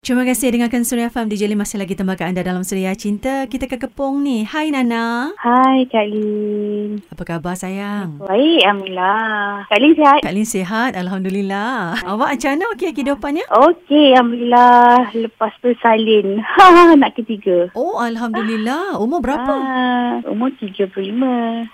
Terima kasih dengarkan Suria Farm. DJ Lee masih lagi tembakan anda dalam Suria Cinta. Kita ke Kepong ni. Hai Nana. Hai Kak Lin. Apa khabar sayang? Baik, Alhamdulillah. Kak Lin sihat? Kak Lin sihat? Alhamdulillah. Awak macam mana okey kehidupannya? Okey, Alhamdulillah. Lepas tu salin. Nak ketiga. Oh, Alhamdulillah. Umur berapa? Ah, umur 35.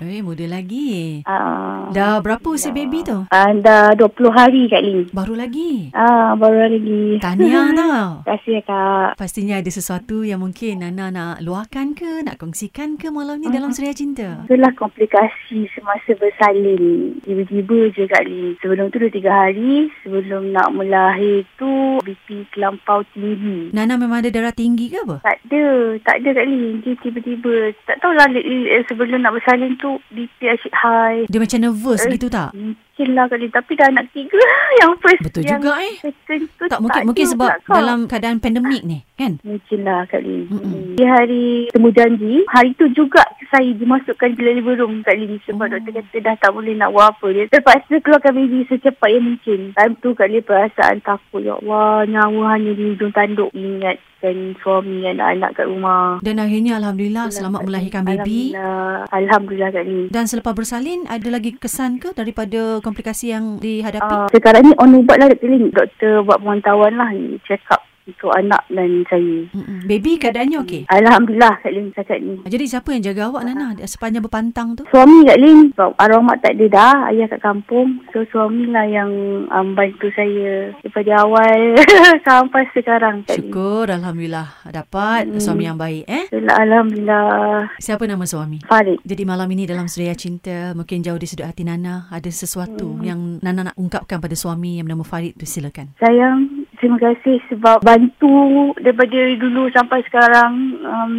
Eh, muda lagi. Ah, Dah berapa usia baby tu? ah, dah 20 hari Kak Lin. Baru lagi. Ah, baru lagi. Tahniah tau. Terima kasih Kak. Pastinya ada sesuatu yang mungkin Nana nak luahkan ke, nak kongsikan ke malam ni dalam Suria Cinta? Itulah komplikasi semasa bersalin. Tiba-tiba je Kak Lin. Sebelum tu 2-3 hari, sebelum nak melahir tu, BP terlampau tinggi. Nana memang ada darah tinggi ke apa? Tak ada. Tak ada Kak Lin. Dia tiba-tiba. Tak tahulah li- li- eh, sebelum nak bersalin tu, BP asyik high. Dia macam nervous gitu tak? Mungkin lah Kak Lin. Tapi dah anak tiga. Yang first. Betul yang juga eh. Second tu Tak mungkin mungkin ada sebab pula, Kak. dalam keadaan pandemik ni, kan? Mungkin lah Kak Lin. Mm-mm. Di hari temu janji, hari tu juga saya dimasukkan delivery room Kak Lin sebab Oh. doktor kata dah tak boleh nak buat apa. Dia terpaksa keluarkan baby secepat yang mungkin. Time tu Kak Lin perasaan takut. Ya Allah, nyawa hanya di hujung tanduk. Ingatkan suami dan anak kat rumah. Dan akhirnya alhamdulillah selamat melahirkan baby. Ah. Alhamdulillah, Alhamdulillah Kak Lin. Dan selepas bersalin ada lagi kesan ke daripada komplikasi yang dihadapi? Uh, sekarang ni on ubat lah Dr. Lin. Doktor buat pemantauan lah ni, check up untuk anak dan saya. Mm-mm. Baby keadaannya okey. Alhamdulillah Kak Lin cakap ni. Jadi siapa yang jaga awak Nana sepanjang berpantang tu? Suami Kak Lin sebab arwah mak tak ada dah ayah kat kampung so suami lah yang um, bantu saya daripada awal sampai sekarang Kak Lin. Syukur alhamdulillah dapat Hmm. suami yang baik eh. Itulah, Alhamdulillah Siapa nama suami? Farid. Jadi malam ini dalam Suria Cinta mungkin jauh di sudut hati Nana ada sesuatu yang Nana nak ungkapkan pada suami yang bernama Farid tu silakan. Sayang terima kasih sebab bantu daripada dulu sampai sekarang um,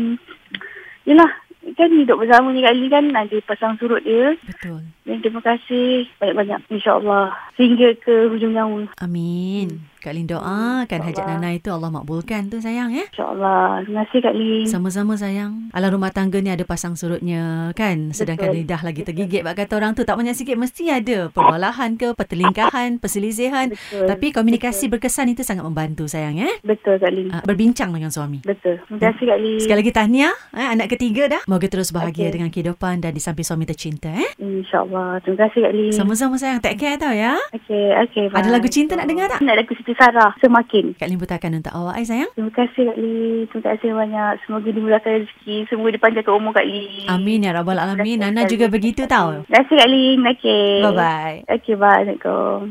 yelah kan hidup bersama ni Kak Lin kan ada pasang surut dia Betul. dan terima kasih banyak-banyak insyaAllah sehingga ke hujung nyawa Hmm. Amin. Kak Lin doakan hajat Allah. Nana itu Allah makbulkan tu sayang eh. insyaAllah terima kasih Kak Lin Sama-sama sayang. Alam rumah tangga ni ada pasang surutnya kan. Sedangkan Betul. lidah lagi tergigit bak kata orang tu tak banyak sikit mesti ada perbalahan ke, pertelingkahan, perselisihan. Betul. Hmm. Tapi komunikasi berkesan itu sangat membantu sayang eh. betul Kak Lin Ah, Berbincang dengan suami. betul terima kasih Kak Lin Sekali lagi tahniah eh, anak ketiga dah. Moga terus bahagia Okey. Hmm. dengan kehidupan dan di samping suami tercinta eh. InsyaAllah. Terima kasih Kak Lin. Sama-sama sayang. Take care tau ya. Okey, okey. Ada lagu cinta nak dengar tak? Nak lagu Siti Sarah. Semakin. Kak Lim putarkan untuk awak eh sayang. Terima kasih Kak Lin. Terima kasih banyak. Semoga dimudahkan rezeki. Semoga dipanjangkan umur Kak Lin. Amin ya rabbal alamin. Nana juga begitu tau. Terima kasih Kak Lin. Okey. Bye-bye. Okey, bye. Assalamualaikum.